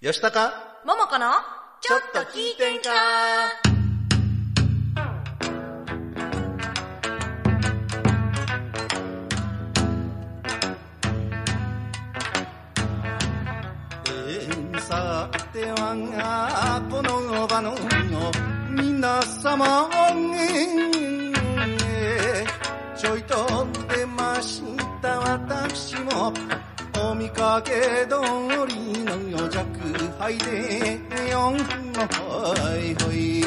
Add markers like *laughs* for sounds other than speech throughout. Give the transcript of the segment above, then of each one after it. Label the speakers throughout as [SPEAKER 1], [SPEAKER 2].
[SPEAKER 1] よしたか
[SPEAKER 2] ももこのちょっと聞いてんか
[SPEAKER 1] えーさてはこの場の皆様えーちょいと出ました私もお見かけ通りの弱敗でよんほいほい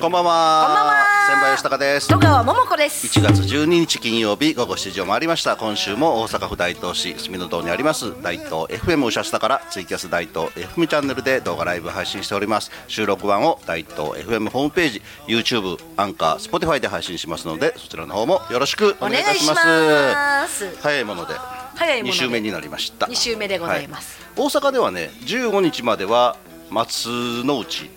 [SPEAKER 1] こんばんはこんばん
[SPEAKER 2] は
[SPEAKER 1] 先輩吉高です
[SPEAKER 2] 戸川ももこです
[SPEAKER 1] 1月12日金曜日午後7時を回りました今週も大阪府大東市住の堂にあります大東 FM うしゃしたからツイキャス大東 FM チャンネルで動画ライブ配信しております収録版を大東 FM ホームページ YouTube アンカー Spotify で配信しますのでそちらの方もよろしくお
[SPEAKER 2] お
[SPEAKER 1] 願
[SPEAKER 2] 願
[SPEAKER 1] い
[SPEAKER 2] い
[SPEAKER 1] いたし
[SPEAKER 2] し
[SPEAKER 1] ます
[SPEAKER 2] ます
[SPEAKER 1] 早いもので
[SPEAKER 2] 早いもの
[SPEAKER 1] 2
[SPEAKER 2] で
[SPEAKER 1] 週目になりました
[SPEAKER 2] 二週目でございます
[SPEAKER 1] はい大阪ではね15日までは松の内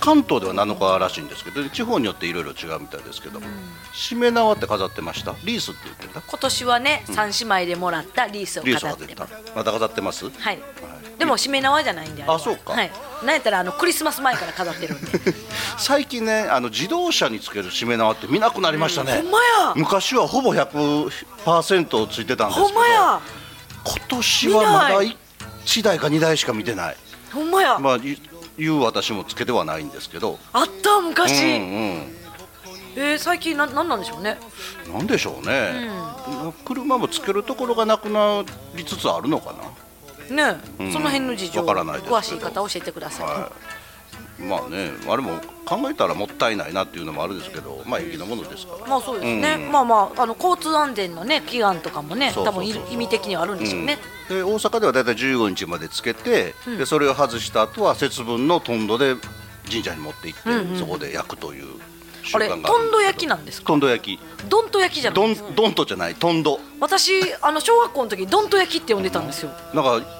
[SPEAKER 1] 関東では7日らしいんですけど地方によっていろいろ違うみたいですけどもしめ縄って飾ってましたリースって言ってた
[SPEAKER 2] 今年はね三姉妹でもらったリースを
[SPEAKER 1] リース
[SPEAKER 2] 飾
[SPEAKER 1] が
[SPEAKER 2] って
[SPEAKER 1] 出た
[SPEAKER 2] ます
[SPEAKER 1] また飾ってます
[SPEAKER 2] はいでもしめ縄じゃないんでれは
[SPEAKER 1] あそうか
[SPEAKER 2] はいなんやったらあのクリスマス前から飾ってるん
[SPEAKER 1] *laughs*
[SPEAKER 2] で
[SPEAKER 1] 最近ねあの自動車につけるしめ縄って見なくなりましたね、
[SPEAKER 2] ほんまや
[SPEAKER 1] 昔はほぼ100%ついてたんですけど
[SPEAKER 2] ほんまや
[SPEAKER 1] 今年はまだ
[SPEAKER 2] 見な
[SPEAKER 1] 1台か2台しか見てない
[SPEAKER 2] ほんまや
[SPEAKER 1] まあい言う私もつけてはないんですけど
[SPEAKER 2] あった
[SPEAKER 1] う
[SPEAKER 2] 昔え
[SPEAKER 1] んうん
[SPEAKER 2] ー最近ななんなんでしょうね
[SPEAKER 1] なんでしょうね、車もつけるところがなくなりつつあるのか
[SPEAKER 2] ね
[SPEAKER 1] うん
[SPEAKER 2] その辺の事情
[SPEAKER 1] わからないですけど
[SPEAKER 2] 詳しい方教えてくだ
[SPEAKER 1] な、
[SPEAKER 2] さい
[SPEAKER 1] はい、まあねあれも考えたらもったいないなっていうのもあるんですけどまあ粋なものですから
[SPEAKER 2] まあそうですね、
[SPEAKER 1] うん
[SPEAKER 2] まあまああの交通安全のね祈願とかもね
[SPEAKER 1] そうそうそうそう
[SPEAKER 2] 多分い意味的にはあるんでしょうね、
[SPEAKER 1] うんで大阪ではだいたい15日までつけて、でそれを外した後は節分のとんどで神社に持って行って、そこで焼くという習
[SPEAKER 2] あれ
[SPEAKER 1] 慣があ
[SPEAKER 2] と
[SPEAKER 1] る
[SPEAKER 2] ん
[SPEAKER 1] ですけど
[SPEAKER 2] ど焼きなんですか
[SPEAKER 1] とんど焼き
[SPEAKER 2] どんと焼きじゃな
[SPEAKER 1] ど
[SPEAKER 2] い
[SPEAKER 1] んどんとじゃないとんど
[SPEAKER 2] 私あの小学校の時どんと焼きって呼んでたんですよ、 *laughs*
[SPEAKER 1] なんか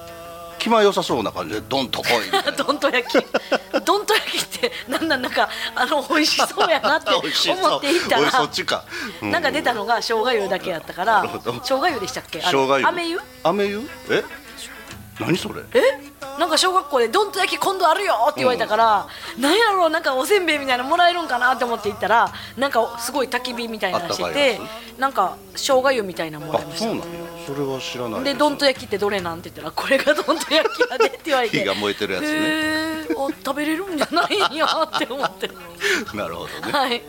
[SPEAKER 1] 気前よさそうな感じでどんと来い
[SPEAKER 2] *laughs*
[SPEAKER 1] みたいな
[SPEAKER 2] どんと
[SPEAKER 1] *laughs*
[SPEAKER 2] 焼きどんと焼きってなんなんなんかあの美味しそうやなって
[SPEAKER 1] *laughs* 美味しそう
[SPEAKER 2] 思っていった
[SPEAKER 1] おいそ
[SPEAKER 2] ら
[SPEAKER 1] っちか、う
[SPEAKER 2] なんか出たのが生姜湯だけやったから
[SPEAKER 1] るほど
[SPEAKER 2] 生姜湯でしたっけあ
[SPEAKER 1] 生姜
[SPEAKER 2] れ
[SPEAKER 1] 湯
[SPEAKER 2] 飴湯
[SPEAKER 1] 飴湯え何それ
[SPEAKER 2] えなんか小学校で「どんと焼き今度あるよ」って言われたから、なんやろうなんかおせんべいみたいなのもらえるんかなって思って行ったらなんかすごい焚き火みたいなのして
[SPEAKER 1] あってたかい
[SPEAKER 2] なんか生姜湯みたいなのも
[SPEAKER 1] あ
[SPEAKER 2] らいまし
[SPEAKER 1] そう
[SPEAKER 2] た
[SPEAKER 1] なんやそれは知らない
[SPEAKER 2] で「どんと焼きってどれなん?」って言ったら「これがどんと焼きやで」って言われて
[SPEAKER 1] *laughs* 火が燃えてるやつね
[SPEAKER 2] へーお食べれるんじゃないんやって思って
[SPEAKER 1] *laughs* なるほどね。
[SPEAKER 2] はい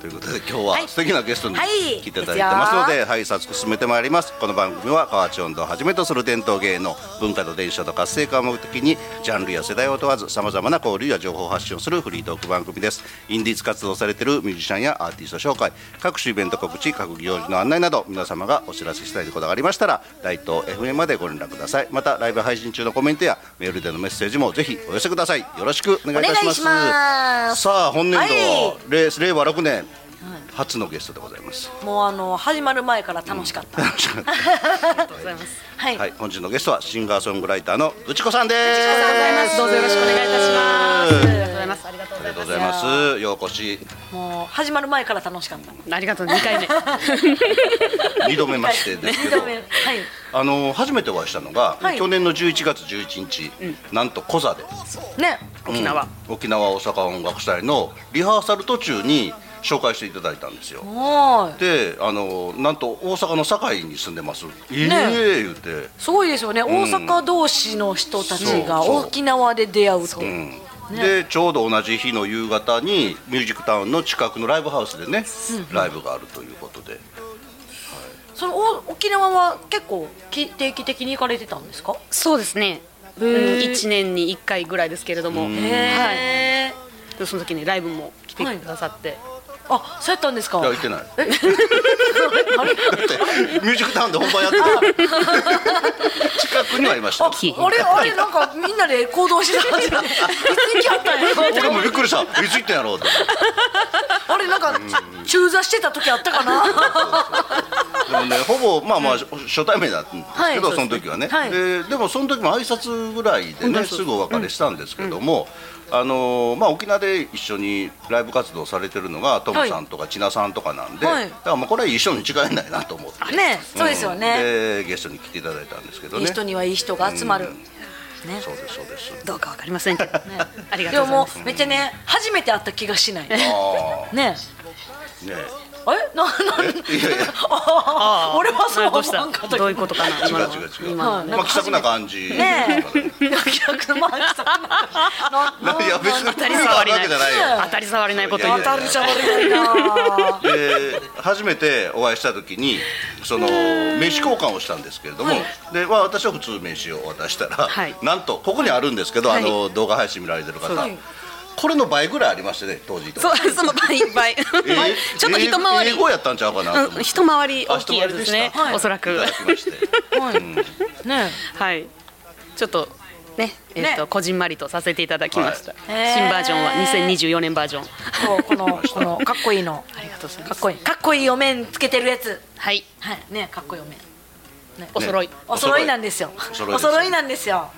[SPEAKER 1] ということで今日
[SPEAKER 2] は
[SPEAKER 1] はい素敵なゲストに
[SPEAKER 2] はい
[SPEAKER 1] 来ていただいてますので、はい、早速進めてまいります。この番組は河内音頭をはじめとする伝統芸能、文化と伝承と活性化を目的にジャンルや世代を問わずさまざまな交流や情報を発信をするフリートーク番組です。インディーズ活動されているミュージシャンやアーティスト紹介、各種イベント告知、各行事の案内など皆様がお知らせしたいことがありましたら、大東 FM までご連絡ください。またライブ配信中のコメントやメールでのメッセージもぜひお寄せください。よろしくお願いいたします。
[SPEAKER 2] お願いします
[SPEAKER 1] さあ本年度、
[SPEAKER 2] はい
[SPEAKER 1] 令令和6年初のゲストでございます。
[SPEAKER 2] もうあの始まる前から楽しかった、ありがとうございますはい、
[SPEAKER 1] はい、本日のゲストはシンガーソングライターのぐちこさんです。
[SPEAKER 2] ありがとうございますどうぞよろしくお願いいたします
[SPEAKER 3] ありがとうございます。ありがとう
[SPEAKER 1] あ
[SPEAKER 3] ご
[SPEAKER 1] りが
[SPEAKER 3] ざい
[SPEAKER 1] とう
[SPEAKER 3] ま
[SPEAKER 1] ございます。ようこし、
[SPEAKER 2] もう始まる前から楽しかった
[SPEAKER 3] す。ありがとう、二回目。
[SPEAKER 1] 二度目ましてですけ
[SPEAKER 2] 二
[SPEAKER 1] ど
[SPEAKER 2] 度、目 *laughs* はい
[SPEAKER 1] あの初めてお会いしたのが、
[SPEAKER 2] はい
[SPEAKER 1] 去年の11月11日、なんとコザで、
[SPEAKER 2] ね
[SPEAKER 3] 沖縄。
[SPEAKER 1] うん沖縄大阪音楽祭のリハーサル途中に紹介していただいたんですよ。
[SPEAKER 2] おーい
[SPEAKER 1] で、あのなんと大阪の堺に住んでます。ええ言って。
[SPEAKER 2] すごいですよね、大阪同士の人たちが
[SPEAKER 1] そうそう
[SPEAKER 2] 沖縄で出会うと
[SPEAKER 1] うんでちょうど同じ日の夕方にミュージックタウンの近くのライブハウスでね、ライブがあるということで
[SPEAKER 2] そのお沖縄は結構き定期的に行かれてたんですか
[SPEAKER 3] そうですね。うん、一年に一回ぐらいですけれども。はい。
[SPEAKER 2] へえ、
[SPEAKER 3] でその時にライブも来てくださって。
[SPEAKER 2] あそうやったんですか
[SPEAKER 1] いや行ってない
[SPEAKER 2] えあ
[SPEAKER 1] *laughs*
[SPEAKER 2] れ
[SPEAKER 1] だってミュージックタウンで本番やってた近くにはいましたよ
[SPEAKER 3] き
[SPEAKER 2] あれあれなんかみんなで
[SPEAKER 1] *laughs*
[SPEAKER 2] 行動してたんですよねいつ行きはったんやろうと
[SPEAKER 1] 俺
[SPEAKER 2] 思
[SPEAKER 1] も
[SPEAKER 2] っ
[SPEAKER 1] びってくりしたいつ行ったんやろうと
[SPEAKER 2] あれなんか中座してた時あったかな
[SPEAKER 1] でもねほぼまあまあ、初対面だったんですけど、
[SPEAKER 2] はい
[SPEAKER 1] その時はね、
[SPEAKER 2] はい
[SPEAKER 1] ででもその時も挨拶ぐらいでねすぐお別れしたんですけども、あのーまあ、沖縄で一緒にライブ活動されてるのがトムさんとか千奈さんとかなんで、
[SPEAKER 2] はい
[SPEAKER 1] だからまあこれは一緒に違いないなと思って、
[SPEAKER 2] ねそうですよ
[SPEAKER 1] うん
[SPEAKER 2] ね、
[SPEAKER 1] でゲストに来ていただいたんですけど
[SPEAKER 2] いい
[SPEAKER 1] ね
[SPEAKER 2] 人にはいい人が集まる、ね
[SPEAKER 1] そうですそうです
[SPEAKER 3] どうかわかりませんけど、ね、ありが
[SPEAKER 2] で
[SPEAKER 3] とう
[SPEAKER 2] もも
[SPEAKER 3] ございます
[SPEAKER 2] うめっちゃね初めて会った気がしないね
[SPEAKER 1] あ
[SPEAKER 2] えあれ
[SPEAKER 1] あね
[SPEAKER 2] なな
[SPEAKER 1] えいやいや
[SPEAKER 2] *laughs* あー俺はそう
[SPEAKER 3] ど
[SPEAKER 2] 思
[SPEAKER 3] うした
[SPEAKER 2] わんかったけ
[SPEAKER 3] どういうことかな
[SPEAKER 1] 違う
[SPEAKER 3] 今のは
[SPEAKER 1] 違う違う、
[SPEAKER 3] 今の
[SPEAKER 1] ま
[SPEAKER 3] は
[SPEAKER 1] あ
[SPEAKER 2] ね
[SPEAKER 1] 気さくな感じ、
[SPEAKER 2] ねえ逆にまあさなない
[SPEAKER 1] や別に
[SPEAKER 3] 当たり障りない
[SPEAKER 1] わけじゃないよ
[SPEAKER 2] ね
[SPEAKER 3] 当たり障りないこと
[SPEAKER 1] いや
[SPEAKER 3] 言
[SPEAKER 1] いう
[SPEAKER 2] 当
[SPEAKER 1] や
[SPEAKER 2] たるじゃ悪いな
[SPEAKER 1] で初めてお会いした時にその名刺交換をしたんですけれども、でまあ、私は普通名刺を渡したら、
[SPEAKER 3] はい
[SPEAKER 1] なんとここにあるんですけど、
[SPEAKER 3] はい
[SPEAKER 1] あの動画配信見られてる方、
[SPEAKER 2] はい
[SPEAKER 1] これの倍ぐらいありましてね当時と
[SPEAKER 3] そうその倍倍、
[SPEAKER 1] えー
[SPEAKER 3] ちょっと一回り、
[SPEAKER 1] 英語やったんちゃうかなと思っ
[SPEAKER 3] うん
[SPEAKER 1] て
[SPEAKER 3] 一回り
[SPEAKER 1] あ
[SPEAKER 3] 大きいやつです
[SPEAKER 1] 一回り
[SPEAKER 3] ね
[SPEAKER 1] でしたはい
[SPEAKER 3] おそらく
[SPEAKER 1] いただきまして
[SPEAKER 2] はいね
[SPEAKER 3] はいちょっとねえっと
[SPEAKER 2] ね
[SPEAKER 3] こじんまりとさせていただきました、
[SPEAKER 2] いへー
[SPEAKER 3] 新バージョンは2024年バージョン
[SPEAKER 2] こうこのこ
[SPEAKER 1] *laughs*
[SPEAKER 2] のかっこいいの
[SPEAKER 3] ありがとうござい
[SPEAKER 2] か
[SPEAKER 3] ま
[SPEAKER 2] っ
[SPEAKER 3] す
[SPEAKER 2] こいいかっこいいお面つけてるやつ
[SPEAKER 3] はい
[SPEAKER 2] はいねかっこいいお面
[SPEAKER 3] お揃い、
[SPEAKER 1] ね
[SPEAKER 2] お揃いなんですよ
[SPEAKER 1] お
[SPEAKER 2] お
[SPEAKER 1] 揃い
[SPEAKER 2] 揃い
[SPEAKER 1] ですよ
[SPEAKER 2] なんですよ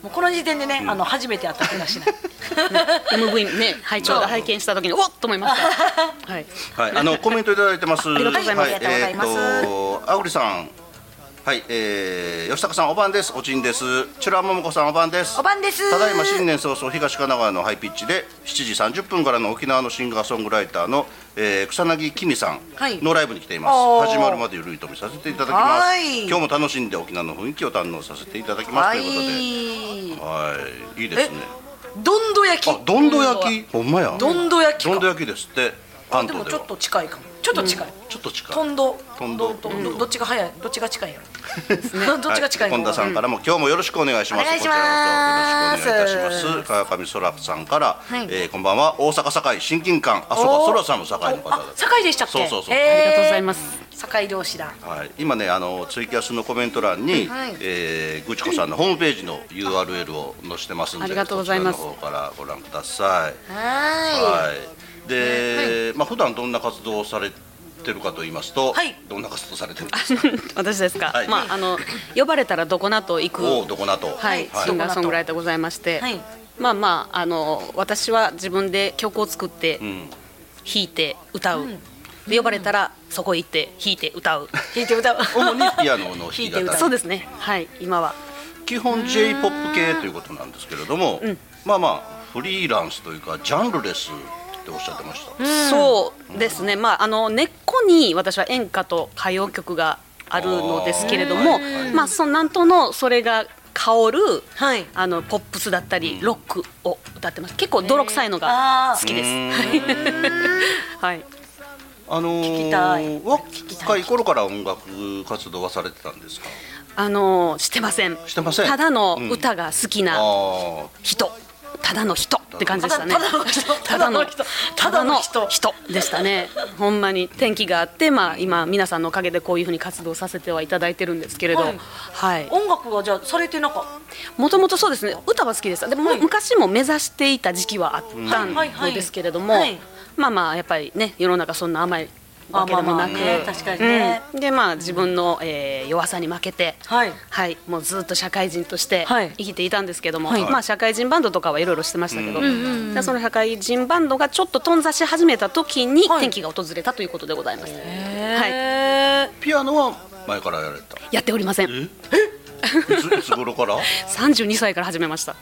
[SPEAKER 2] もうこの時点でね、あの初めて会った気が
[SPEAKER 1] *laughs*
[SPEAKER 2] しない
[SPEAKER 3] MV ねはいちょうど拝見した時におっと思いま
[SPEAKER 2] *laughs*
[SPEAKER 3] したはい *laughs*
[SPEAKER 1] はい、あのコメントいただいてます。あ
[SPEAKER 3] りがとうございます
[SPEAKER 1] は
[SPEAKER 3] あ
[SPEAKER 2] りがとうございます
[SPEAKER 1] えーと、あぐりさん。はい、えー、吉高さんおばんです。おちんです。チュラももこさんおばんです。
[SPEAKER 2] おばんです
[SPEAKER 1] ただいま新年早々東神奈川のハイピッチで7時30分からの沖縄のシンガーソングライターの、えー、草薙きみさ
[SPEAKER 2] はい
[SPEAKER 1] んのライブに来ています。
[SPEAKER 2] おー
[SPEAKER 1] 始まるまでゆるいと見させていただきま
[SPEAKER 2] は
[SPEAKER 1] す。
[SPEAKER 2] い
[SPEAKER 1] 今日も楽しんで沖縄の雰囲気を堪能させていただきます、
[SPEAKER 2] はい
[SPEAKER 1] ということで、はい、いいですね。
[SPEAKER 2] どんど焼き
[SPEAKER 1] あ、どんど焼き、ほんまや。
[SPEAKER 2] どんど焼きか
[SPEAKER 1] どんど焼きですって。関
[SPEAKER 2] で
[SPEAKER 1] 東
[SPEAKER 2] も
[SPEAKER 1] で
[SPEAKER 2] ちょ
[SPEAKER 1] は
[SPEAKER 2] っ。と近いかもちょっと近い、
[SPEAKER 1] ちょっと近い。
[SPEAKER 2] とんど
[SPEAKER 1] とんど
[SPEAKER 2] とどどっちが早いどっちが近いやろ *laughs* どっちが近い
[SPEAKER 1] は
[SPEAKER 2] の、
[SPEAKER 1] 本田さんからも、今日もよろしくお願いします。
[SPEAKER 2] お願いします
[SPEAKER 1] こちらこそよろしくお願いいたします。川上空さんから、
[SPEAKER 2] い
[SPEAKER 1] えーこんばんは、大阪堺親近感、あ、そうか、
[SPEAKER 2] おー
[SPEAKER 1] 空さんも堺の方だ
[SPEAKER 2] あ。堺でしたっけ
[SPEAKER 1] そうそうそう
[SPEAKER 3] あり
[SPEAKER 2] えー
[SPEAKER 3] がとうございます
[SPEAKER 2] 堺同士だ
[SPEAKER 1] はい、今ねあのツイキャスのコメント欄に、
[SPEAKER 2] はい
[SPEAKER 1] えーぐちこさんのホームページの URL を載せてますんで
[SPEAKER 3] ありがとうございます
[SPEAKER 1] そちらの方からご覧ください。
[SPEAKER 2] は
[SPEAKER 1] はい。で、まあ普段どんな活動をされてるかと言いますと、
[SPEAKER 2] はい
[SPEAKER 1] どんな活動されてるんですか。
[SPEAKER 3] 私ですか、
[SPEAKER 1] はい
[SPEAKER 3] まああの呼ばれたらどこなと行く
[SPEAKER 1] おおどこなと。
[SPEAKER 3] はい、
[SPEAKER 2] はい
[SPEAKER 3] シンガーソングライターございまして、
[SPEAKER 2] はい
[SPEAKER 3] まあまああの私は自分で曲を作って、
[SPEAKER 1] ん
[SPEAKER 3] 弾いて歌う、で呼ばれたらそこへ行って弾いて歌う、
[SPEAKER 2] い弾いて
[SPEAKER 1] *laughs*
[SPEAKER 2] 歌う
[SPEAKER 1] 主にピアノの弾き語
[SPEAKER 2] 弾いて
[SPEAKER 1] り
[SPEAKER 2] 歌。
[SPEAKER 3] そうですねはい今は
[SPEAKER 1] 基本 j p o p 系ということなんですけれども、まあまあフリーランスというかジャンルレスっておっしゃってました、
[SPEAKER 3] そうですね、まあ、あの根っこに私は演歌と歌謡曲があるのですけれども
[SPEAKER 1] あーうん、
[SPEAKER 3] まあ、そのなんとのそれが香る、
[SPEAKER 2] はい
[SPEAKER 3] あのポップスだったり、ロックを歌ってます結構泥臭いのが好きです。 *laughs* はい、
[SPEAKER 1] あのー、
[SPEAKER 2] 聞きたい
[SPEAKER 1] 若い頃から音楽活動はされてたんですか
[SPEAKER 3] あのしてません
[SPEAKER 1] してません
[SPEAKER 3] ただの歌が好きな
[SPEAKER 1] あ
[SPEAKER 3] 人、ただの人って感じ
[SPEAKER 2] た
[SPEAKER 3] で
[SPEAKER 2] だ
[SPEAKER 3] したね
[SPEAKER 2] ただの人ただの人
[SPEAKER 3] た
[SPEAKER 2] た
[SPEAKER 3] だ
[SPEAKER 2] だ
[SPEAKER 3] の
[SPEAKER 2] の
[SPEAKER 3] 人
[SPEAKER 2] 人
[SPEAKER 3] でしたねほんまに転機があって、まあ、今皆さんのおかげでこういうふうに活動させてはいただいてるんですけれど、
[SPEAKER 2] はい
[SPEAKER 3] はい、
[SPEAKER 2] 音楽はじゃあされてなかった
[SPEAKER 3] もともとそうですね歌は好きでしたでも、
[SPEAKER 2] はい
[SPEAKER 3] 昔も目指していた時期はあった
[SPEAKER 2] はいはいは
[SPEAKER 3] ん
[SPEAKER 2] い
[SPEAKER 3] ですけれども、
[SPEAKER 2] はい
[SPEAKER 3] まあまあやっぱりね世の中そんな甘いわけでもなく、
[SPEAKER 2] ね確かにね、
[SPEAKER 3] うんでまあ自分の、えー弱さに負けて、
[SPEAKER 2] はい
[SPEAKER 3] もうずっと社会人として
[SPEAKER 2] はい
[SPEAKER 3] 生きていたんですけども、
[SPEAKER 2] はい
[SPEAKER 3] まあ、社会人バンドとかはいろいろしてましたけど、でその社会人バンドがちょっと頓挫し始めた時に
[SPEAKER 2] はい
[SPEAKER 3] 転機が訪れたということでございます、はい、
[SPEAKER 2] へ
[SPEAKER 1] ーピアノは前からやられた
[SPEAKER 3] やっておりません
[SPEAKER 1] いついつ頃から
[SPEAKER 3] 32歳から始めました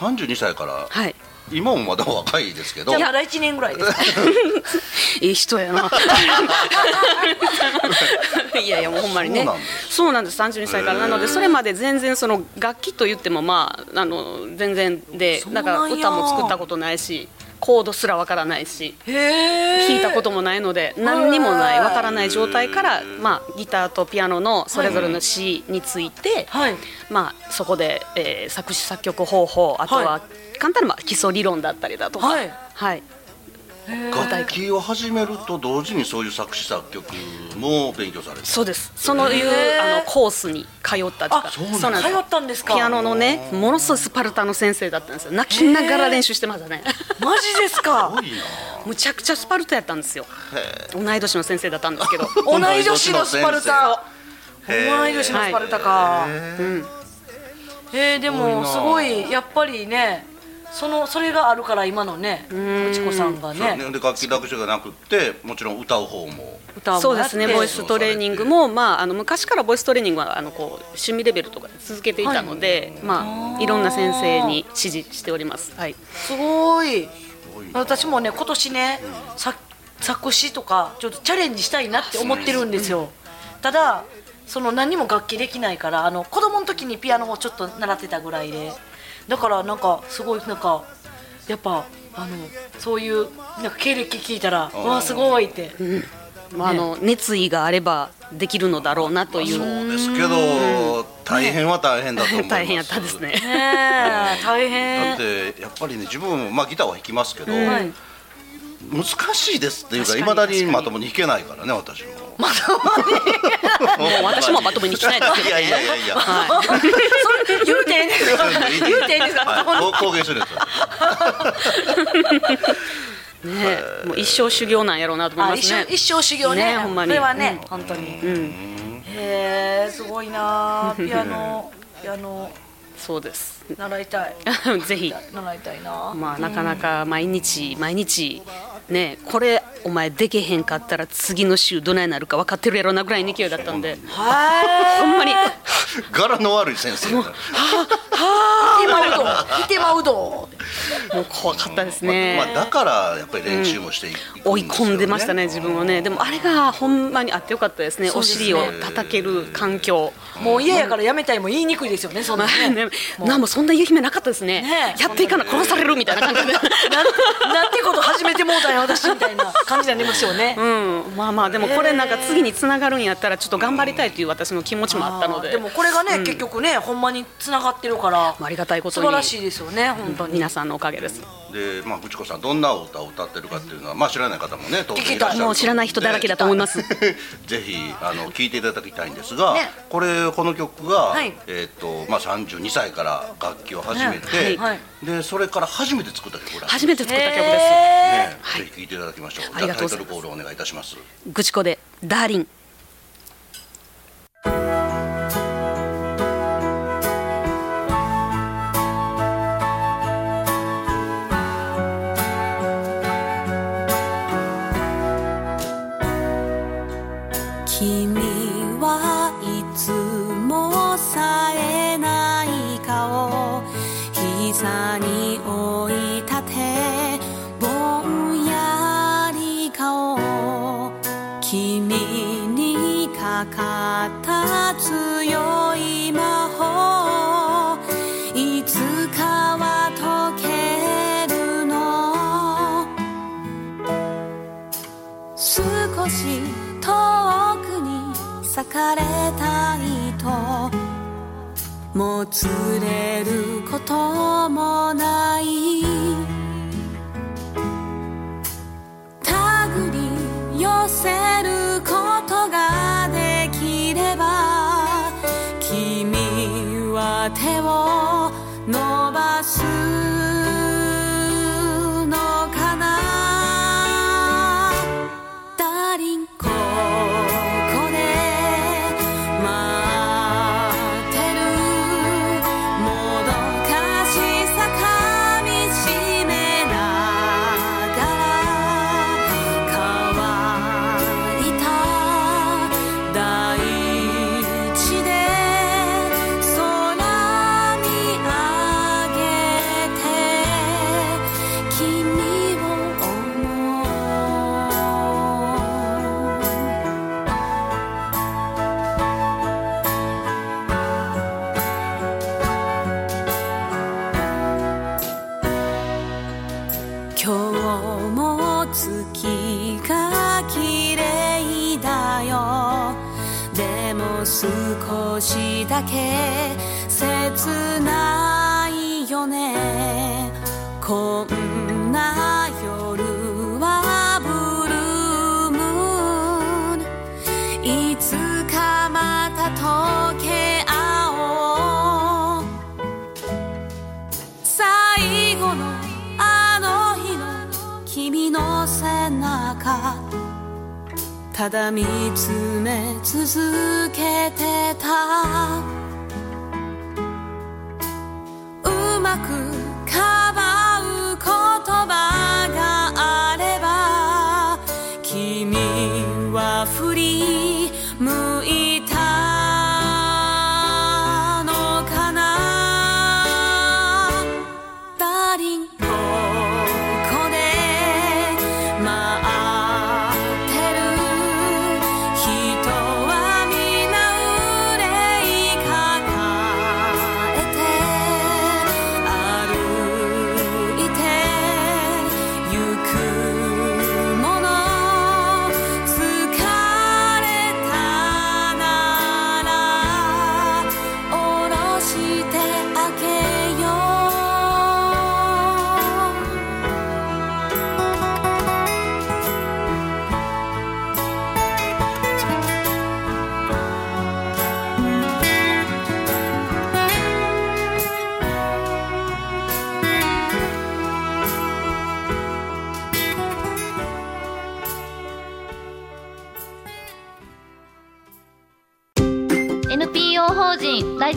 [SPEAKER 1] 32歳から
[SPEAKER 3] はい
[SPEAKER 1] 今もまだ若いですけど
[SPEAKER 2] ーじゃあまだ一年ぐらいですか
[SPEAKER 3] いい人やな。いやいやもうほんまにね。そうなんです。三十二歳からなのでそれまで全然その楽器と言ってもまああの全然で
[SPEAKER 2] そうな
[SPEAKER 3] だ
[SPEAKER 2] んや
[SPEAKER 3] から歌も作ったことないしコードすらわからないし。
[SPEAKER 2] へ
[SPEAKER 3] 聞いたこともないので何にもないわからない状態から、まあ、ギターとピアノのそれぞれの詩について、
[SPEAKER 2] はい
[SPEAKER 3] まあ、そこで、えー作詞作曲方法あと
[SPEAKER 2] は
[SPEAKER 3] は簡単にまあ基礎理論だったりだとか、
[SPEAKER 2] はい
[SPEAKER 3] はい
[SPEAKER 1] 楽器を始めると同時にそういう作詞作曲も勉強されて
[SPEAKER 3] そうですそのいう
[SPEAKER 2] へー
[SPEAKER 3] あのコースに通ったと
[SPEAKER 2] あ
[SPEAKER 3] か
[SPEAKER 2] そう
[SPEAKER 1] なんだ
[SPEAKER 2] なん通ったんですか
[SPEAKER 3] ピアノのねものすごいスパルタの先生だったんですよ泣きながら練習してましたね
[SPEAKER 2] マジですか
[SPEAKER 1] すごいな
[SPEAKER 3] むちゃくちゃスパルタやったんですよ同い年の先生だった
[SPEAKER 2] *laughs*
[SPEAKER 3] んですけど
[SPEAKER 2] 同い年のスパルタ
[SPEAKER 1] へー
[SPEAKER 2] 同い年のスパルタか、えー、でもすごいやっぱりねそのそれがあるから今のねうちこさんが
[SPEAKER 1] そう
[SPEAKER 2] ね
[SPEAKER 1] ねで楽器だけじゃなくってもちろん歌う方も
[SPEAKER 2] 歌を
[SPEAKER 3] そうですね
[SPEAKER 2] もらって
[SPEAKER 3] ボイストレーニングも、まあ、あの昔からボイストレーニングはあのこう趣味レベルとかで続けていたので、いまあ、いろんな先生に指示しております、はい、
[SPEAKER 2] すごい私もね今年ね、作作詞とかちょっとチャレンジしたいなって思ってるんですよ、ただその何も楽器できないからあの子供の時にピアノをちょっと習ってたぐらいでだからなんかすごいなんかやっぱあのそういうなんか経歴聞いたらわあすごいって、
[SPEAKER 3] まあ、あの熱意があればできるのだろうなとい
[SPEAKER 1] そううですけど大変は大変だと思います
[SPEAKER 3] *laughs* 大変やったんですね。
[SPEAKER 2] *laughs* ねえ大
[SPEAKER 1] だっ
[SPEAKER 2] *laughs* 変
[SPEAKER 1] てやっぱりね自分もまあギターは弾きますけど、
[SPEAKER 2] はい
[SPEAKER 1] 難しいですっていうかい
[SPEAKER 3] 確
[SPEAKER 1] ま
[SPEAKER 3] か
[SPEAKER 1] だ
[SPEAKER 3] に
[SPEAKER 1] にまともに弾けないからね私も
[SPEAKER 3] もう私もまともに弾けないですけどね
[SPEAKER 1] *laughs* いやいや
[SPEAKER 3] *laughs*
[SPEAKER 1] いやいや
[SPEAKER 3] はい、
[SPEAKER 2] それ言うてええんですか言うてええんですか、
[SPEAKER 1] はいこう公
[SPEAKER 3] *laughs*
[SPEAKER 1] 言するんですよ
[SPEAKER 3] ねえ、もう一生修行なんやろうなと思い
[SPEAKER 2] あ
[SPEAKER 3] ます
[SPEAKER 2] 一
[SPEAKER 3] ね
[SPEAKER 2] 生。一生修行ね
[SPEAKER 3] ねほんまに
[SPEAKER 2] それはね、本当に、へえすごいなあピアノピアノ
[SPEAKER 3] そうです。 *laughs*
[SPEAKER 2] 習いたい
[SPEAKER 3] ぜひ、
[SPEAKER 2] 習いたいな、
[SPEAKER 3] まあ、なかなか毎日毎日。ねえ、これ、お前でけへんかったら、次の週どないなるか分かってるやろなぐらいの勢いだったんで。
[SPEAKER 2] は
[SPEAKER 3] ほんまに、
[SPEAKER 1] 柄の悪い先生
[SPEAKER 3] *laughs*
[SPEAKER 1] だ
[SPEAKER 2] いひてまうどんひてまうどん
[SPEAKER 3] もう怖かったですね。
[SPEAKER 1] まあ、だからやっぱり練習もしていくですよね、
[SPEAKER 3] 追い込んでましたね自分をねでもあれがほんまにあってよかったですね
[SPEAKER 2] そう
[SPEAKER 3] お
[SPEAKER 2] ですね
[SPEAKER 3] 尻を叩ける環境
[SPEAKER 2] もう嫌やからやめたいも言いにくいですよ
[SPEAKER 3] *laughs*
[SPEAKER 2] ねそんな
[SPEAKER 3] まあ
[SPEAKER 2] ね
[SPEAKER 3] ねなんもそんな夢なかったですね
[SPEAKER 2] ねえ
[SPEAKER 3] やっていかな殺されるみたいな感じで
[SPEAKER 2] なんなんてこと始めてもうたんや私みたいな感じになりますよ
[SPEAKER 3] *laughs*
[SPEAKER 2] ね、
[SPEAKER 3] うんまあまあでもこれなんか次につながるんやったらちょっと頑張りたいという私の気持ちもあったの
[SPEAKER 2] あ
[SPEAKER 3] で
[SPEAKER 2] ーでもこれがね、結局ねほんまにつながってるから
[SPEAKER 3] ありがたいこと
[SPEAKER 2] 素
[SPEAKER 3] に
[SPEAKER 2] 晴らしいですよね本当に、
[SPEAKER 3] 皆さんのおかげです
[SPEAKER 1] で、まあ、ぶちこさんどんなお歌を歌ってるかっていうのは、まあ、知らない方もね当
[SPEAKER 2] 聞きたい
[SPEAKER 1] 然いらっしゃると思うので
[SPEAKER 3] もう知らない人だらけだと思います
[SPEAKER 1] *laughs* ぜひあの聞いていただきたいんですが、
[SPEAKER 2] ね
[SPEAKER 1] これこの曲が、
[SPEAKER 2] はい
[SPEAKER 1] えっ、とまあ32歳から楽器を始めて、
[SPEAKER 2] ねはい
[SPEAKER 1] でそれから初めて作った曲だ。
[SPEAKER 3] 初めて作った曲
[SPEAKER 2] へ
[SPEAKER 3] です、
[SPEAKER 2] ー
[SPEAKER 1] ね、ぜひ聞いていただきましょう。
[SPEAKER 3] あ
[SPEAKER 1] じ
[SPEAKER 3] り
[SPEAKER 1] ゃあタ
[SPEAKER 3] がと
[SPEAKER 1] イ
[SPEAKER 3] うご
[SPEAKER 1] トル
[SPEAKER 3] ざいます
[SPEAKER 1] コールお願いいたします。
[SPEAKER 3] ぐちこで「ダーリン」
[SPEAKER 4] 君はいつもさえない顔膝に置いたてぼんやり顔君にかかった強い魔法いつかは解けるの少し遠くに裂かれた糸もつれることもない手繰り寄せることができれば君は手を伸ばすのかなダーリンここで待ってるもどかしさかみしめながら乾いた大地で空見上げて君を思う今日も月が綺麗だよでも少しだけ切ないよねこんな夜は中ただ見つめ続けてたうまくかばう言葉があれば君は振り向いたのかなダーリンここで待ってる人はみんな憂い抱えて歩いてゆくもの疲れたなら下ろしてあげよう
[SPEAKER 5] 「NPO 法人大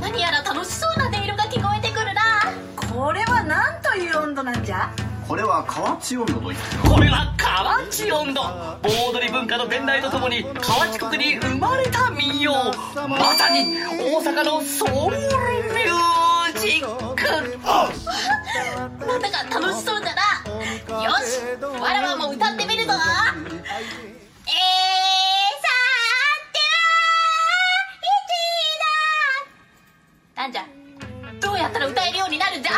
[SPEAKER 6] 何やら楽しそうな音色が聞こえてくるな
[SPEAKER 2] これは何という温度なんじゃ
[SPEAKER 7] これは河内温度といって
[SPEAKER 8] これは河内音頭盆踊り文化の伝来とともに河内国に生まれた民謡まさに大阪のソウルミュージック
[SPEAKER 6] なんだか楽しそうだなよしわらわも歌ってみるぞえーさーてーいちーだなんじゃどうやったら歌えるようになるんじゃ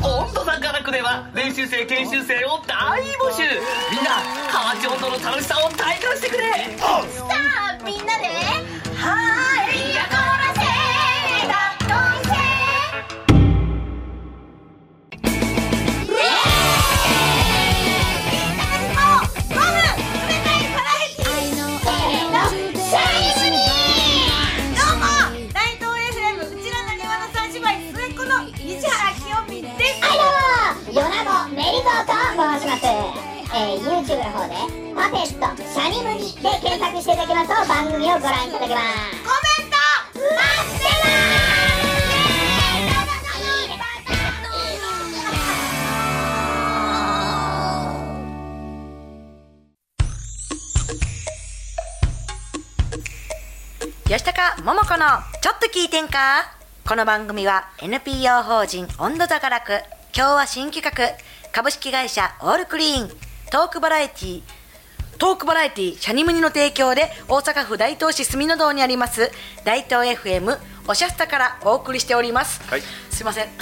[SPEAKER 8] 音頭さんからくでは練習生研修生を大募集みんな河内音頭の楽しさを体感してくれ
[SPEAKER 6] さあみんなではーいやこらせーだどいせー
[SPEAKER 9] ヨラボメリゾートを申します、えー、YouTube の方でパペットシャニムニで検索していただきますと番組をご覧いただけます
[SPEAKER 10] 吉高桃子のちょっと聞いてんかこの番組は NPO 法人温度座がらく今日は新企画株式会社オールクリーントークバラエティトークバラエティシャニムニの提供で大阪府大東市住の堂にあります大東 FM おしゃスタからお送りしております、
[SPEAKER 1] はい
[SPEAKER 10] すいません
[SPEAKER 1] *laughs*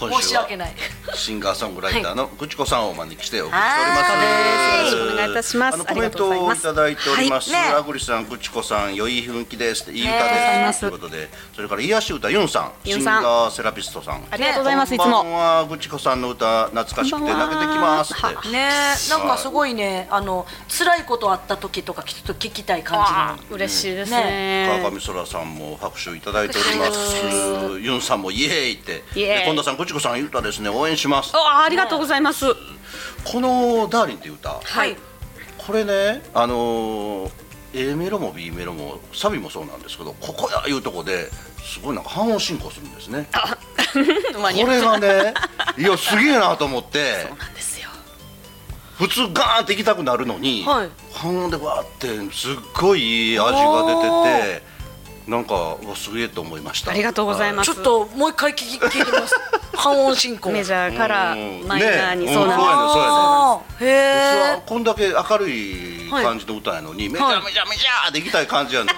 [SPEAKER 1] 今週は
[SPEAKER 10] 申し訳ない
[SPEAKER 1] シンガーソングライターのぐちこさんをお招きしてお送り
[SPEAKER 3] はい
[SPEAKER 1] しております。
[SPEAKER 3] よろしくお願いいたします
[SPEAKER 1] あのコメントをいただいております。
[SPEAKER 10] ありがと
[SPEAKER 1] あぐりさん、ぐちこさん、良い雰囲気です。いい歌です。ということで、それから癒し歌ユンさん、シ
[SPEAKER 3] ユ
[SPEAKER 1] ン
[SPEAKER 3] ンさん
[SPEAKER 1] ガーセラピストさん。
[SPEAKER 3] ありがとうございますいつ
[SPEAKER 1] こんばん
[SPEAKER 3] も
[SPEAKER 1] はぐちこさんの歌懐かしくて泣けてきますって
[SPEAKER 3] こんばんは。
[SPEAKER 2] ねえなんかすごいねあの辛いことあった時とかきっと聞きたい感じなの
[SPEAKER 3] 嬉しいです
[SPEAKER 1] 川
[SPEAKER 3] ね
[SPEAKER 1] 上そらさんも拍手いただいております。ユンさんもイエーイって。
[SPEAKER 3] イエーイ
[SPEAKER 1] で近田さん、ぐちこさんいい歌ですね。応援します。
[SPEAKER 3] あありがとうございます
[SPEAKER 1] このダーリンっていう歌。
[SPEAKER 2] はい
[SPEAKER 1] これねあのー A メロも B メロもサビもそうなんですけどここやいうとこですごいなんか半音進行するんですねこ
[SPEAKER 3] *laughs* 間に合
[SPEAKER 1] れが
[SPEAKER 3] *laughs*
[SPEAKER 1] ねいやすげえなと思って
[SPEAKER 3] なんですよ
[SPEAKER 1] 普通ガーンって行きたくなるのに、
[SPEAKER 2] はい
[SPEAKER 1] 半音でわーってすっごいいい味が出ててなんかうわすげえと思いました
[SPEAKER 3] ありがとうござい
[SPEAKER 1] は
[SPEAKER 3] ま
[SPEAKER 1] *laughs*
[SPEAKER 3] す
[SPEAKER 2] ちょっともう一回聞き聞いてみます半音進行
[SPEAKER 3] メジャーから
[SPEAKER 1] うん
[SPEAKER 3] マイナーに、
[SPEAKER 1] ね
[SPEAKER 3] そ
[SPEAKER 1] んそうや
[SPEAKER 3] うなんです、
[SPEAKER 1] ね
[SPEAKER 2] あーへえ
[SPEAKER 1] そうこんだけ明るい感じの歌やのに、めちゃめちゃめちゃできたい感じやのに、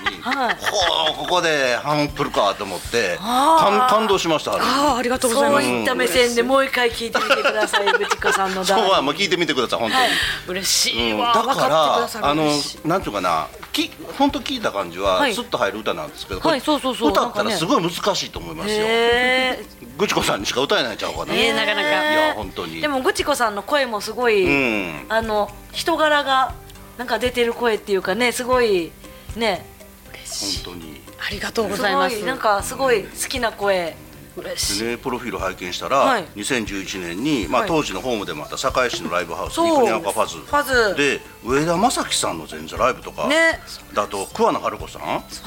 [SPEAKER 1] ほうここで半音来るかと思って感感動しましたあれ
[SPEAKER 3] ああありがとうござい
[SPEAKER 2] そ
[SPEAKER 3] ま
[SPEAKER 2] う
[SPEAKER 3] す
[SPEAKER 2] いった目線でもう一回聞いてみてくだ
[SPEAKER 1] *laughs*
[SPEAKER 2] さい、ぶちかさんの
[SPEAKER 1] そう
[SPEAKER 2] 題。
[SPEAKER 1] はもう聞いてみてください本当に、
[SPEAKER 3] 嬉し
[SPEAKER 1] う
[SPEAKER 3] い
[SPEAKER 1] ん
[SPEAKER 3] わ、
[SPEAKER 1] だ
[SPEAKER 3] 分かってくださ
[SPEAKER 1] か
[SPEAKER 3] る
[SPEAKER 1] らあの
[SPEAKER 3] 嬉しい
[SPEAKER 1] なんていうかなき本当聞いた感じは
[SPEAKER 2] はい
[SPEAKER 1] スッと入る歌なんですけ
[SPEAKER 2] は
[SPEAKER 1] ど、
[SPEAKER 2] い
[SPEAKER 1] これ
[SPEAKER 2] そうそうそう
[SPEAKER 1] 歌った
[SPEAKER 2] なんか
[SPEAKER 1] ら
[SPEAKER 2] ね
[SPEAKER 1] すごい難しいと思いますよ、
[SPEAKER 2] へ
[SPEAKER 1] ぐちこさんにしか歌えないんちゃうかな、
[SPEAKER 3] ねえなかなか
[SPEAKER 1] いや本当に
[SPEAKER 2] でもぐちこさんの声もすごい、
[SPEAKER 1] うん
[SPEAKER 2] あの人柄がなんか出てる声っていうかねすごいね
[SPEAKER 1] 本当に
[SPEAKER 3] ありがとうご
[SPEAKER 2] す
[SPEAKER 3] ざいま
[SPEAKER 2] ご
[SPEAKER 3] す
[SPEAKER 2] いなんかすごい好きな声
[SPEAKER 3] 嬉しい
[SPEAKER 1] でね、プロフィール拝見したら、
[SPEAKER 2] はい
[SPEAKER 1] 2011年に、まあ、
[SPEAKER 2] はい
[SPEAKER 1] 当時のホームでもあった堺市のライブハウス
[SPEAKER 2] そう
[SPEAKER 1] 三国山ファズ
[SPEAKER 2] ファズ
[SPEAKER 1] で上田正樹さんの前座ライブとか、
[SPEAKER 2] ね
[SPEAKER 1] だと桑名春子さん、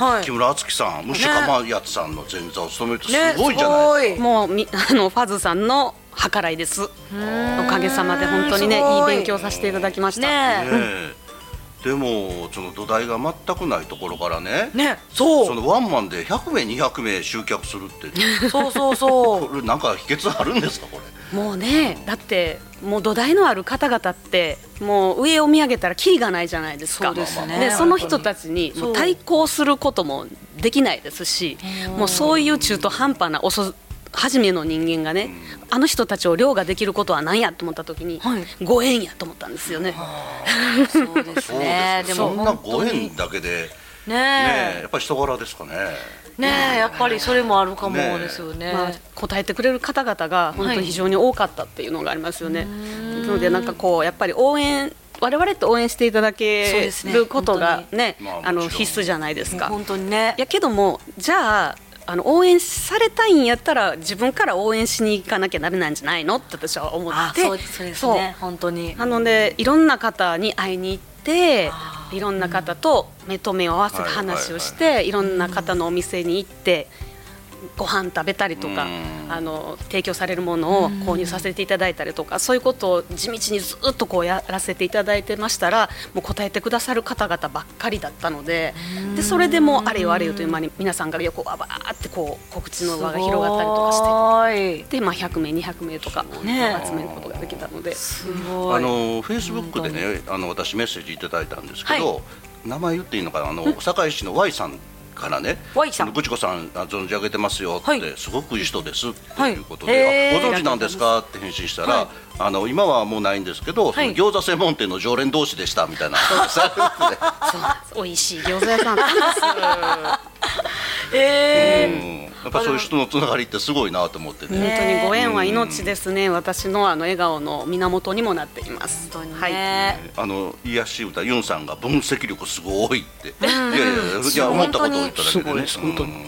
[SPEAKER 2] はい
[SPEAKER 1] 木村敦樹さん虫かまやつさんの前座を務めると
[SPEAKER 2] ね
[SPEAKER 1] すごいじゃな
[SPEAKER 2] す
[SPEAKER 1] い、
[SPEAKER 2] ごい
[SPEAKER 3] もうみあのファズさんの計らいです。おかげさまで本当にね
[SPEAKER 2] すごい
[SPEAKER 3] いい勉強させていただきました。
[SPEAKER 2] ね
[SPEAKER 1] ねえでもその土台が全くないところからね
[SPEAKER 2] ねそう
[SPEAKER 1] そのワンマンで100名200名集客するって
[SPEAKER 2] そうそうそ
[SPEAKER 1] これなんか秘訣あるんですかこれ
[SPEAKER 3] もうねだってもう土台のある方々ってもう上を見上げたらキリがないじゃないですか
[SPEAKER 2] そうですね
[SPEAKER 3] でその人たちに
[SPEAKER 2] そう
[SPEAKER 3] もう対抗することもできないですしもうそういう中途半端な遅初めの人間がねあの人たちを凌駕できることは何やと思った時に、
[SPEAKER 2] はい
[SPEAKER 3] ご縁やと思ったんですよね。
[SPEAKER 2] うそうですねで
[SPEAKER 1] そ
[SPEAKER 2] も
[SPEAKER 1] んなご縁だけで
[SPEAKER 2] ね
[SPEAKER 1] ねえ
[SPEAKER 2] え
[SPEAKER 1] やっぱり人柄ですかね
[SPEAKER 2] ねえやっぱりそれもあるかも
[SPEAKER 1] ねえ
[SPEAKER 2] ですよね
[SPEAKER 3] まあ、答えてくれる方々が本当に非常に多かったっていうのがありますよね。なのでなんかこうやっぱり応援我々って応援していただ
[SPEAKER 2] そう
[SPEAKER 3] け
[SPEAKER 2] ですね
[SPEAKER 3] ることがね
[SPEAKER 1] 本当に
[SPEAKER 3] あ
[SPEAKER 1] まあもち
[SPEAKER 3] の
[SPEAKER 1] ろん
[SPEAKER 3] 必須じゃないですか。
[SPEAKER 2] 本当にね
[SPEAKER 3] やけどもじゃああの応援されたいんやったら自分から応援しに行かなきゃダメなんじゃないのって私は思
[SPEAKER 2] あ
[SPEAKER 3] って
[SPEAKER 2] そうそうですね本当に
[SPEAKER 3] なのでいろんな方に会いに行っていろんな方と目と目を合わせて
[SPEAKER 1] はい
[SPEAKER 3] 話をして、いろんな方のお店に行ってご飯食べたりとか
[SPEAKER 1] うん
[SPEAKER 3] あの提供されるものを購入させていただいたりとかそういうことを地道にずっとこうやらせていただいてましたらもう答えてくださる方々ばっかりだったのででそれでもうあれよあれよという間に皆さんから横わばーってこう告知の輪が広がったりとかし
[SPEAKER 2] し
[SPEAKER 3] て。
[SPEAKER 2] て
[SPEAKER 3] でまあ、100名200名とか集
[SPEAKER 2] ね
[SPEAKER 3] めることができたので、
[SPEAKER 2] すご
[SPEAKER 1] あ
[SPEAKER 2] い
[SPEAKER 1] のフェイスブックでねあの私メッセージいただいたんですけど、
[SPEAKER 2] は
[SPEAKER 1] 名前言っていいのかなあの堺市の Y さんからね
[SPEAKER 2] Y さん
[SPEAKER 1] あのぐちこさんあ存じ上げてますよって、
[SPEAKER 2] はい
[SPEAKER 1] すごくいい人ですって
[SPEAKER 2] はい
[SPEAKER 1] いうこと
[SPEAKER 2] へ
[SPEAKER 1] で、
[SPEAKER 2] ー
[SPEAKER 1] あご存知なんですかって返信したら、
[SPEAKER 2] はい
[SPEAKER 1] あの今はもうないんですけ
[SPEAKER 2] は
[SPEAKER 1] ど、
[SPEAKER 2] い
[SPEAKER 1] その餃子専門店の常連同士でしたみ
[SPEAKER 2] *laughs*
[SPEAKER 1] たいな、
[SPEAKER 3] 美味しい餃子屋さんなんです
[SPEAKER 2] えー
[SPEAKER 1] うん、やっぱそういう人のつながりってすごいなと思ってね
[SPEAKER 3] 本当にご縁は命ですね、私のあの笑顔の源にもなっています。
[SPEAKER 2] 本当にね
[SPEAKER 3] はい、
[SPEAKER 1] あの癒やし歌ユンさんが分析力すごいって、いやいやいやいや思ったことを言っただけでね
[SPEAKER 3] すごいです本当に
[SPEAKER 1] うん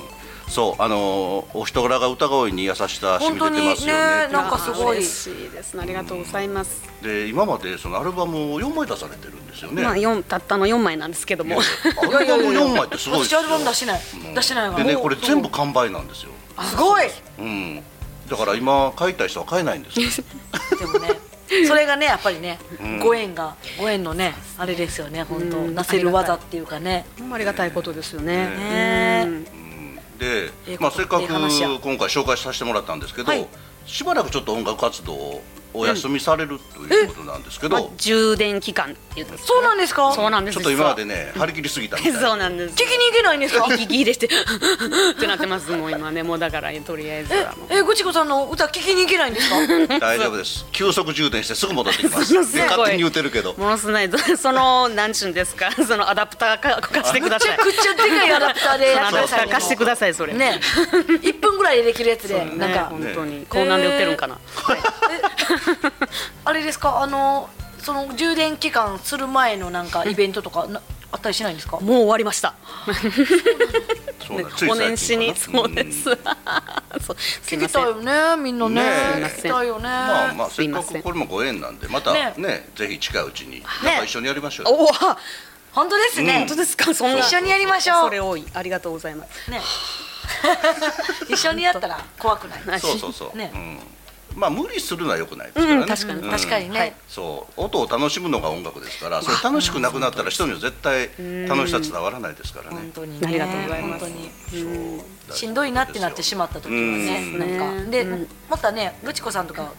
[SPEAKER 1] そうあのお人柄が歌声に優しさ染み出てますよね
[SPEAKER 2] 本当にねなんかすごい
[SPEAKER 3] 嬉しいですね。ありがとうございます。
[SPEAKER 1] で今までそのアルバムを4枚出されてるんですよね、
[SPEAKER 3] まあ
[SPEAKER 1] いや
[SPEAKER 3] 四たったの四枚なんですけども、
[SPEAKER 1] いやアルバム4枚ってすごいですよ
[SPEAKER 2] 私アルバム出してない出してないわ
[SPEAKER 1] でね
[SPEAKER 2] もう
[SPEAKER 1] これ全部完売なんですよ
[SPEAKER 2] すごい
[SPEAKER 1] うんだから今買いたい人は買えないんですよ
[SPEAKER 2] でもね
[SPEAKER 1] *laughs*
[SPEAKER 2] それがねやっぱりねご縁がご縁のねあれですよね本当なせる技っていうかね
[SPEAKER 3] ほんまありがたいことですよね。
[SPEAKER 2] ね
[SPEAKER 3] うん
[SPEAKER 1] で
[SPEAKER 2] ええ、
[SPEAKER 1] まあ、せっか
[SPEAKER 2] ええ
[SPEAKER 1] く
[SPEAKER 2] 話や
[SPEAKER 1] 今回紹介させてもらったんですけど、
[SPEAKER 2] はい
[SPEAKER 1] しばらくちょっと音楽活動をお休みされるということなんですけど、
[SPEAKER 3] まあ充電期間っていうんですか
[SPEAKER 2] そ
[SPEAKER 3] ね。
[SPEAKER 2] うなんですか
[SPEAKER 3] そうなんです。
[SPEAKER 1] ちょっと今までね、張り切りすぎたみたい
[SPEAKER 3] 実
[SPEAKER 1] な。
[SPEAKER 3] は。 *laughs* そうなんです
[SPEAKER 2] 聞き。に行けないんですか
[SPEAKER 3] 息切れして *laughs* ってなってますもう今ねもうだからとりあえずはもう
[SPEAKER 2] ええぐちこさんの歌聞きに行けないんですか
[SPEAKER 3] *laughs*
[SPEAKER 1] 大丈夫です。急速充電してすぐ戻ってきます。
[SPEAKER 3] そ
[SPEAKER 1] で
[SPEAKER 3] うすごい
[SPEAKER 1] *laughs* 勝手に言うてるけど。
[SPEAKER 3] ものすごい *laughs* そのなんちゅうんですか *laughs* そのアダプターか貸してくださ
[SPEAKER 2] め
[SPEAKER 3] い
[SPEAKER 2] ちゃくちゃでかい
[SPEAKER 3] *laughs*
[SPEAKER 2] アダプターで
[SPEAKER 3] そのアダプター貸してくださいそれ
[SPEAKER 2] ね1分ぐらいでできるやつでなん
[SPEAKER 3] ね
[SPEAKER 2] か
[SPEAKER 3] *laughs* 本当に高難で売ってるんかな、
[SPEAKER 2] あれですかあのその充電期間する前のなんかイベントとかなあったりしないんですか
[SPEAKER 3] もう終わりました
[SPEAKER 1] そうなんです
[SPEAKER 3] お年始に
[SPEAKER 1] つい最近
[SPEAKER 3] そ
[SPEAKER 1] か
[SPEAKER 3] う
[SPEAKER 1] な
[SPEAKER 3] です *laughs* そうすい
[SPEAKER 2] 聞
[SPEAKER 3] ま
[SPEAKER 2] き
[SPEAKER 3] せ
[SPEAKER 2] たい
[SPEAKER 3] ん
[SPEAKER 2] よねみんなね
[SPEAKER 1] ねえ
[SPEAKER 2] 聞きたいよね
[SPEAKER 1] まあまあ
[SPEAKER 3] す
[SPEAKER 1] せ
[SPEAKER 3] い
[SPEAKER 1] っ
[SPEAKER 3] ま
[SPEAKER 1] か
[SPEAKER 3] せん
[SPEAKER 1] くこれもご縁なんでまた
[SPEAKER 2] ね
[SPEAKER 1] ねぜひ近いうちになんか一緒にやりましょうよ、
[SPEAKER 3] おお本
[SPEAKER 2] 本当ですね、
[SPEAKER 3] 当ですかそんな
[SPEAKER 2] 一緒にやりましょう
[SPEAKER 3] それ多いありがとうございます
[SPEAKER 2] ね *laughs* 一緒にやったら怖くない
[SPEAKER 1] そうそうそう、
[SPEAKER 2] ね
[SPEAKER 1] うんまあ無理するのは良くないですからね、
[SPEAKER 3] うん確かに
[SPEAKER 1] うん
[SPEAKER 3] 確かにねはい
[SPEAKER 1] そう音を楽しむのが音楽ですからそれ楽しくなくなったら人には絶対楽しさ伝わらないですからね、
[SPEAKER 2] 本当に
[SPEAKER 3] ありがとうございます
[SPEAKER 2] 本当にしんどいなってなってしまった時は
[SPEAKER 1] う
[SPEAKER 2] ね
[SPEAKER 1] ん
[SPEAKER 2] なんかでまたねぐちこさんとか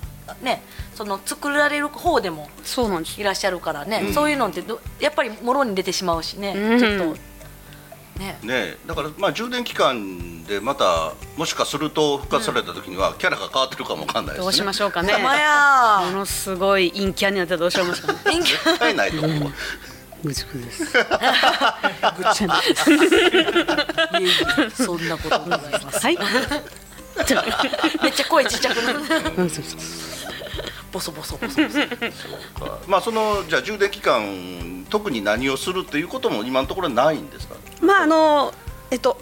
[SPEAKER 2] ねその作られる方でも
[SPEAKER 3] そうなんです
[SPEAKER 2] いらっしゃるからね、
[SPEAKER 1] うん
[SPEAKER 2] そういうのってどやっぱりもろに出てしまうしね、
[SPEAKER 3] うん
[SPEAKER 2] ちょっとね
[SPEAKER 1] ねえだからまあ充電期間でまたもしかすると復活された時にはキャラが変わってるかもわかんないですね
[SPEAKER 3] どうしましょうかね
[SPEAKER 2] ほんまや
[SPEAKER 3] ものすごい陰キャになったらどうしようもしかね
[SPEAKER 2] 勉強
[SPEAKER 1] 絶対ないと
[SPEAKER 3] *laughs*
[SPEAKER 1] 思う
[SPEAKER 3] 無事です *laughs*
[SPEAKER 2] いえいえそんなことございます
[SPEAKER 3] *laughs* はい
[SPEAKER 2] めっちゃ声ちっちゃくなるボソボソボソボソ
[SPEAKER 1] まあそのじゃあ充電期間特に何をするっていうことも今のところないんですか
[SPEAKER 3] まああのえっと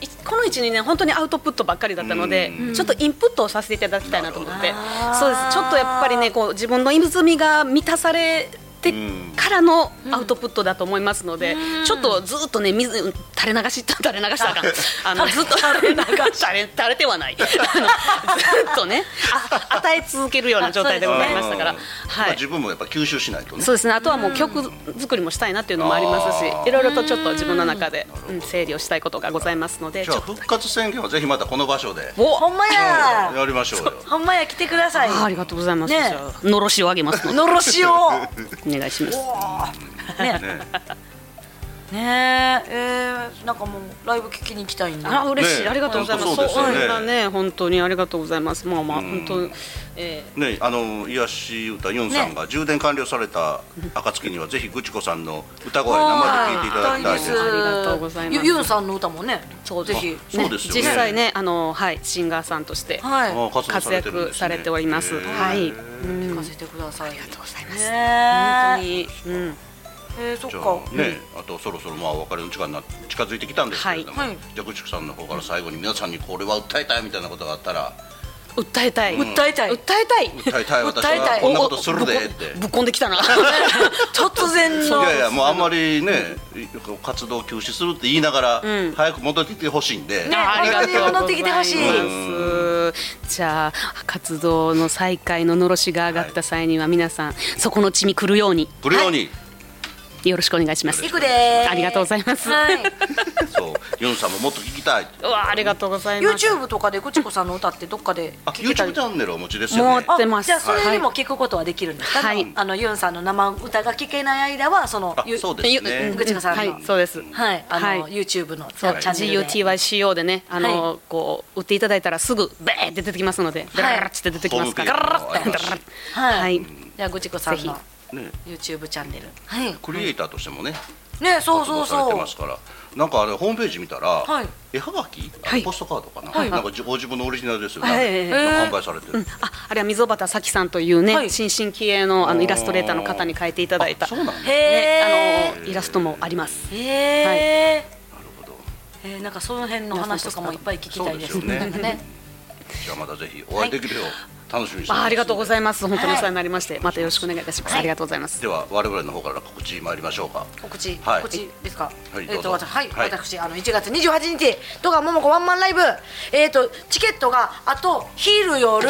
[SPEAKER 3] いこの1、2年本当にアウトプットばっかりだったので、ちょっとインプットをさせていただきたいなと思って、そうです。ちょっとやっぱりね、こう自分の泉が満たされて
[SPEAKER 1] うん
[SPEAKER 3] からのアウトプットだと思いますので、ちょっとずっとね水垂れ流し *laughs* 垂れ流したらあかんあのずっと垂れ流れ *laughs* 垂れてはないあのずっとねあ *laughs* 与え続けるような状態でございましたから、
[SPEAKER 1] うんま
[SPEAKER 3] は
[SPEAKER 1] あ
[SPEAKER 3] い。
[SPEAKER 1] 自分もやっぱ吸収しないとね
[SPEAKER 3] そうですね。あとはもう曲作りもしたいなっていうのもありますし
[SPEAKER 1] あ、ー
[SPEAKER 3] いろいろとちょっと自分の中でうん整理をしたいことがございますので、
[SPEAKER 1] じ
[SPEAKER 3] ち
[SPEAKER 1] ゃ
[SPEAKER 3] ょ
[SPEAKER 1] あ
[SPEAKER 3] っと
[SPEAKER 1] 復活宣言はぜひまたこの場所で
[SPEAKER 2] ほんまや
[SPEAKER 1] やりましょうよ
[SPEAKER 2] ほんまや来てください
[SPEAKER 3] あーありがとうございます。
[SPEAKER 2] ね
[SPEAKER 3] じゃあのろしをあげますので
[SPEAKER 2] のろしを
[SPEAKER 3] お願いします。
[SPEAKER 2] ね
[SPEAKER 1] ね
[SPEAKER 2] ねええーなんかもうライブ聞きに行きたいんだ
[SPEAKER 3] あ嬉しい、
[SPEAKER 1] ね
[SPEAKER 3] ありがとうございます。
[SPEAKER 1] 本当そうですよね
[SPEAKER 3] んなね本当にありがとうございます。まあまあ本当、え
[SPEAKER 1] ねあの癒し歌ユンさんが充電完了された暁にはぜひぐちこさんの歌声生で聴いていただきたいです
[SPEAKER 2] は
[SPEAKER 3] ありがとうございます
[SPEAKER 2] ゆゆんさんの歌もね
[SPEAKER 3] そう
[SPEAKER 2] ぜ
[SPEAKER 3] です
[SPEAKER 2] ひ
[SPEAKER 3] ー
[SPEAKER 1] あそうですよね
[SPEAKER 3] 実際ねあのはいシンガーさんとして
[SPEAKER 2] はい
[SPEAKER 1] あ活動
[SPEAKER 3] 活
[SPEAKER 1] されてるんですね
[SPEAKER 3] 躍されております。
[SPEAKER 1] へー
[SPEAKER 3] はい。
[SPEAKER 2] 聞かせてくださいありがとうございます
[SPEAKER 3] 本当
[SPEAKER 2] ね
[SPEAKER 3] に、うん、
[SPEAKER 2] ええーそっ
[SPEAKER 1] じ
[SPEAKER 2] か
[SPEAKER 1] ゃあね、あとそろそろまあお別れの時間にな近づいてきたんですけれども、
[SPEAKER 2] はいはい
[SPEAKER 1] じゃあぐちこさんの方から最後に皆さんにこれは訴えたいみたいなことがあったら
[SPEAKER 3] 訴えたい、
[SPEAKER 2] 訴えたい
[SPEAKER 3] 訴えたい。
[SPEAKER 1] 訴えたい私
[SPEAKER 2] 訴えた
[SPEAKER 1] はいこんなことするでって
[SPEAKER 3] ぶっこんでき *laughs* たな。
[SPEAKER 2] 突然
[SPEAKER 1] い
[SPEAKER 2] の
[SPEAKER 1] やいやもうあんまりね活動休止するって言いながら、
[SPEAKER 3] うん
[SPEAKER 1] 早く戻ってきてほしいんで、
[SPEAKER 2] ねありがとうございます戻ってきてほしい
[SPEAKER 3] ますじゃあ活動の再開ののろしが上がった際には皆さん、そこの地に来るように
[SPEAKER 1] 来るように、
[SPEAKER 3] よろしくお願いします
[SPEAKER 2] 行くでー
[SPEAKER 3] ありがとうございます
[SPEAKER 2] はい
[SPEAKER 1] そうユンさんももっと聞きたい。
[SPEAKER 3] うわありがとうございます
[SPEAKER 2] YouTube とかでぐちこさんの歌ってどっかで
[SPEAKER 1] あ、
[SPEAKER 2] 聞けた
[SPEAKER 1] YouTube
[SPEAKER 2] り
[SPEAKER 1] チャンネルをお持ちですよね
[SPEAKER 3] も。うやってます
[SPEAKER 2] じゃあそれにも聞くことはできるんですか、
[SPEAKER 3] はい
[SPEAKER 2] あのユンさんの生歌が聞けない間はその
[SPEAKER 1] あ
[SPEAKER 2] ゆ、
[SPEAKER 1] そうですね
[SPEAKER 3] ゆ。
[SPEAKER 2] ぐちこさんの
[SPEAKER 3] はいそうです
[SPEAKER 2] はいあの、
[SPEAKER 3] はい
[SPEAKER 2] YouTube のチ
[SPEAKER 3] そ
[SPEAKER 2] ャ
[SPEAKER 3] う
[SPEAKER 2] ンネルで
[SPEAKER 3] GUTYCO でねあの、
[SPEAKER 2] はい
[SPEAKER 3] こう打っていただいたらすぐベーって出てきますのでダラララッて出てきますから、
[SPEAKER 1] ホームページ
[SPEAKER 3] ガラッて
[SPEAKER 2] はい、
[SPEAKER 3] はい
[SPEAKER 2] じゃあぐちこさんの
[SPEAKER 3] ぜ
[SPEAKER 1] ね、
[SPEAKER 2] YouTube チャンネルはい
[SPEAKER 1] クリエイターとしてもね、
[SPEAKER 2] ねそう
[SPEAKER 1] 活
[SPEAKER 2] そ
[SPEAKER 1] 動
[SPEAKER 2] う
[SPEAKER 1] されて
[SPEAKER 2] そ
[SPEAKER 1] ま
[SPEAKER 2] う
[SPEAKER 1] すから。なんかあれホームページ見たら
[SPEAKER 2] はい、
[SPEAKER 1] 絵はがき、あの
[SPEAKER 3] はい
[SPEAKER 1] ポストカードかな、
[SPEAKER 3] はい
[SPEAKER 1] なんかじご自分のオリジナルですよね。
[SPEAKER 3] はいはいはい
[SPEAKER 1] なんか販売されてる。
[SPEAKER 3] ああれは溝端咲さんというね、
[SPEAKER 2] はい
[SPEAKER 3] 新進気鋭のあのイラストレーターの方に描いていただいた
[SPEAKER 1] あそうなんだ。
[SPEAKER 2] へ
[SPEAKER 3] ね
[SPEAKER 2] え、
[SPEAKER 3] あのイラストもあります
[SPEAKER 2] へえ、
[SPEAKER 1] なるほど。
[SPEAKER 2] えーなんかその辺の話とかもいっぱい聞きたいです
[SPEAKER 1] そうですよね
[SPEAKER 2] なんかね
[SPEAKER 1] じゃあまたぜひお会いできるよう楽しみにしてます。
[SPEAKER 3] あありがとうございます本当にお世話になりまして、またよろしくお願いいたします、ありがとうございます
[SPEAKER 1] では我々の方から告知参りましょうか。
[SPEAKER 2] 告知、
[SPEAKER 1] はい
[SPEAKER 2] 告知ですか。
[SPEAKER 1] はい
[SPEAKER 2] えっ、
[SPEAKER 1] ど
[SPEAKER 2] と、
[SPEAKER 1] うぞ
[SPEAKER 2] 私はい、
[SPEAKER 1] はい
[SPEAKER 2] 私、あの1月28日、戸川桃子ワンマンライブ。えっ、と、チケットがあと昼夜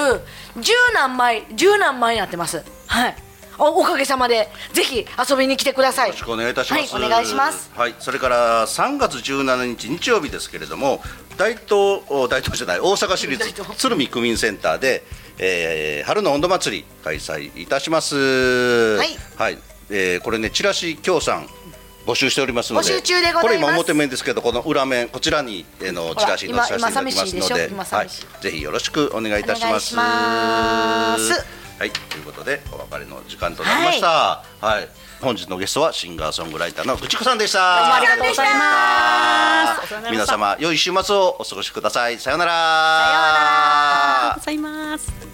[SPEAKER 2] 十何枚、十何枚になってます。はい。おおかげさまで、ぜひ遊びに来てください。
[SPEAKER 1] よろしくお願いいたします。
[SPEAKER 2] はい、お願いします。。
[SPEAKER 1] はい、それから3月17日日曜日ですけれども、大東お大東じゃない大阪市立
[SPEAKER 2] 大東
[SPEAKER 1] 鶴見区民センターで、えー春の温度祭り開催いたします。
[SPEAKER 2] はい
[SPEAKER 1] えーこれねチラシ協賛。募集しておりますので
[SPEAKER 2] 募集中でございます
[SPEAKER 1] これ今表面ですけどこの裏面こちらに、えーのチラシ載せさせていただきますの
[SPEAKER 2] 今今寂しいで
[SPEAKER 1] で
[SPEAKER 2] しょ今
[SPEAKER 1] はい
[SPEAKER 2] 寂しい、
[SPEAKER 1] ぜひよろしくお願いいたします。
[SPEAKER 2] お願いします
[SPEAKER 1] はい、ということでお別れの時間となりました。はい、本日のゲストはシンガーソングライターのぐちこさんでした。どうもありがとうございます。皆様良い週末をお過ごしください。さようなら。さようなら
[SPEAKER 3] ありがとうございます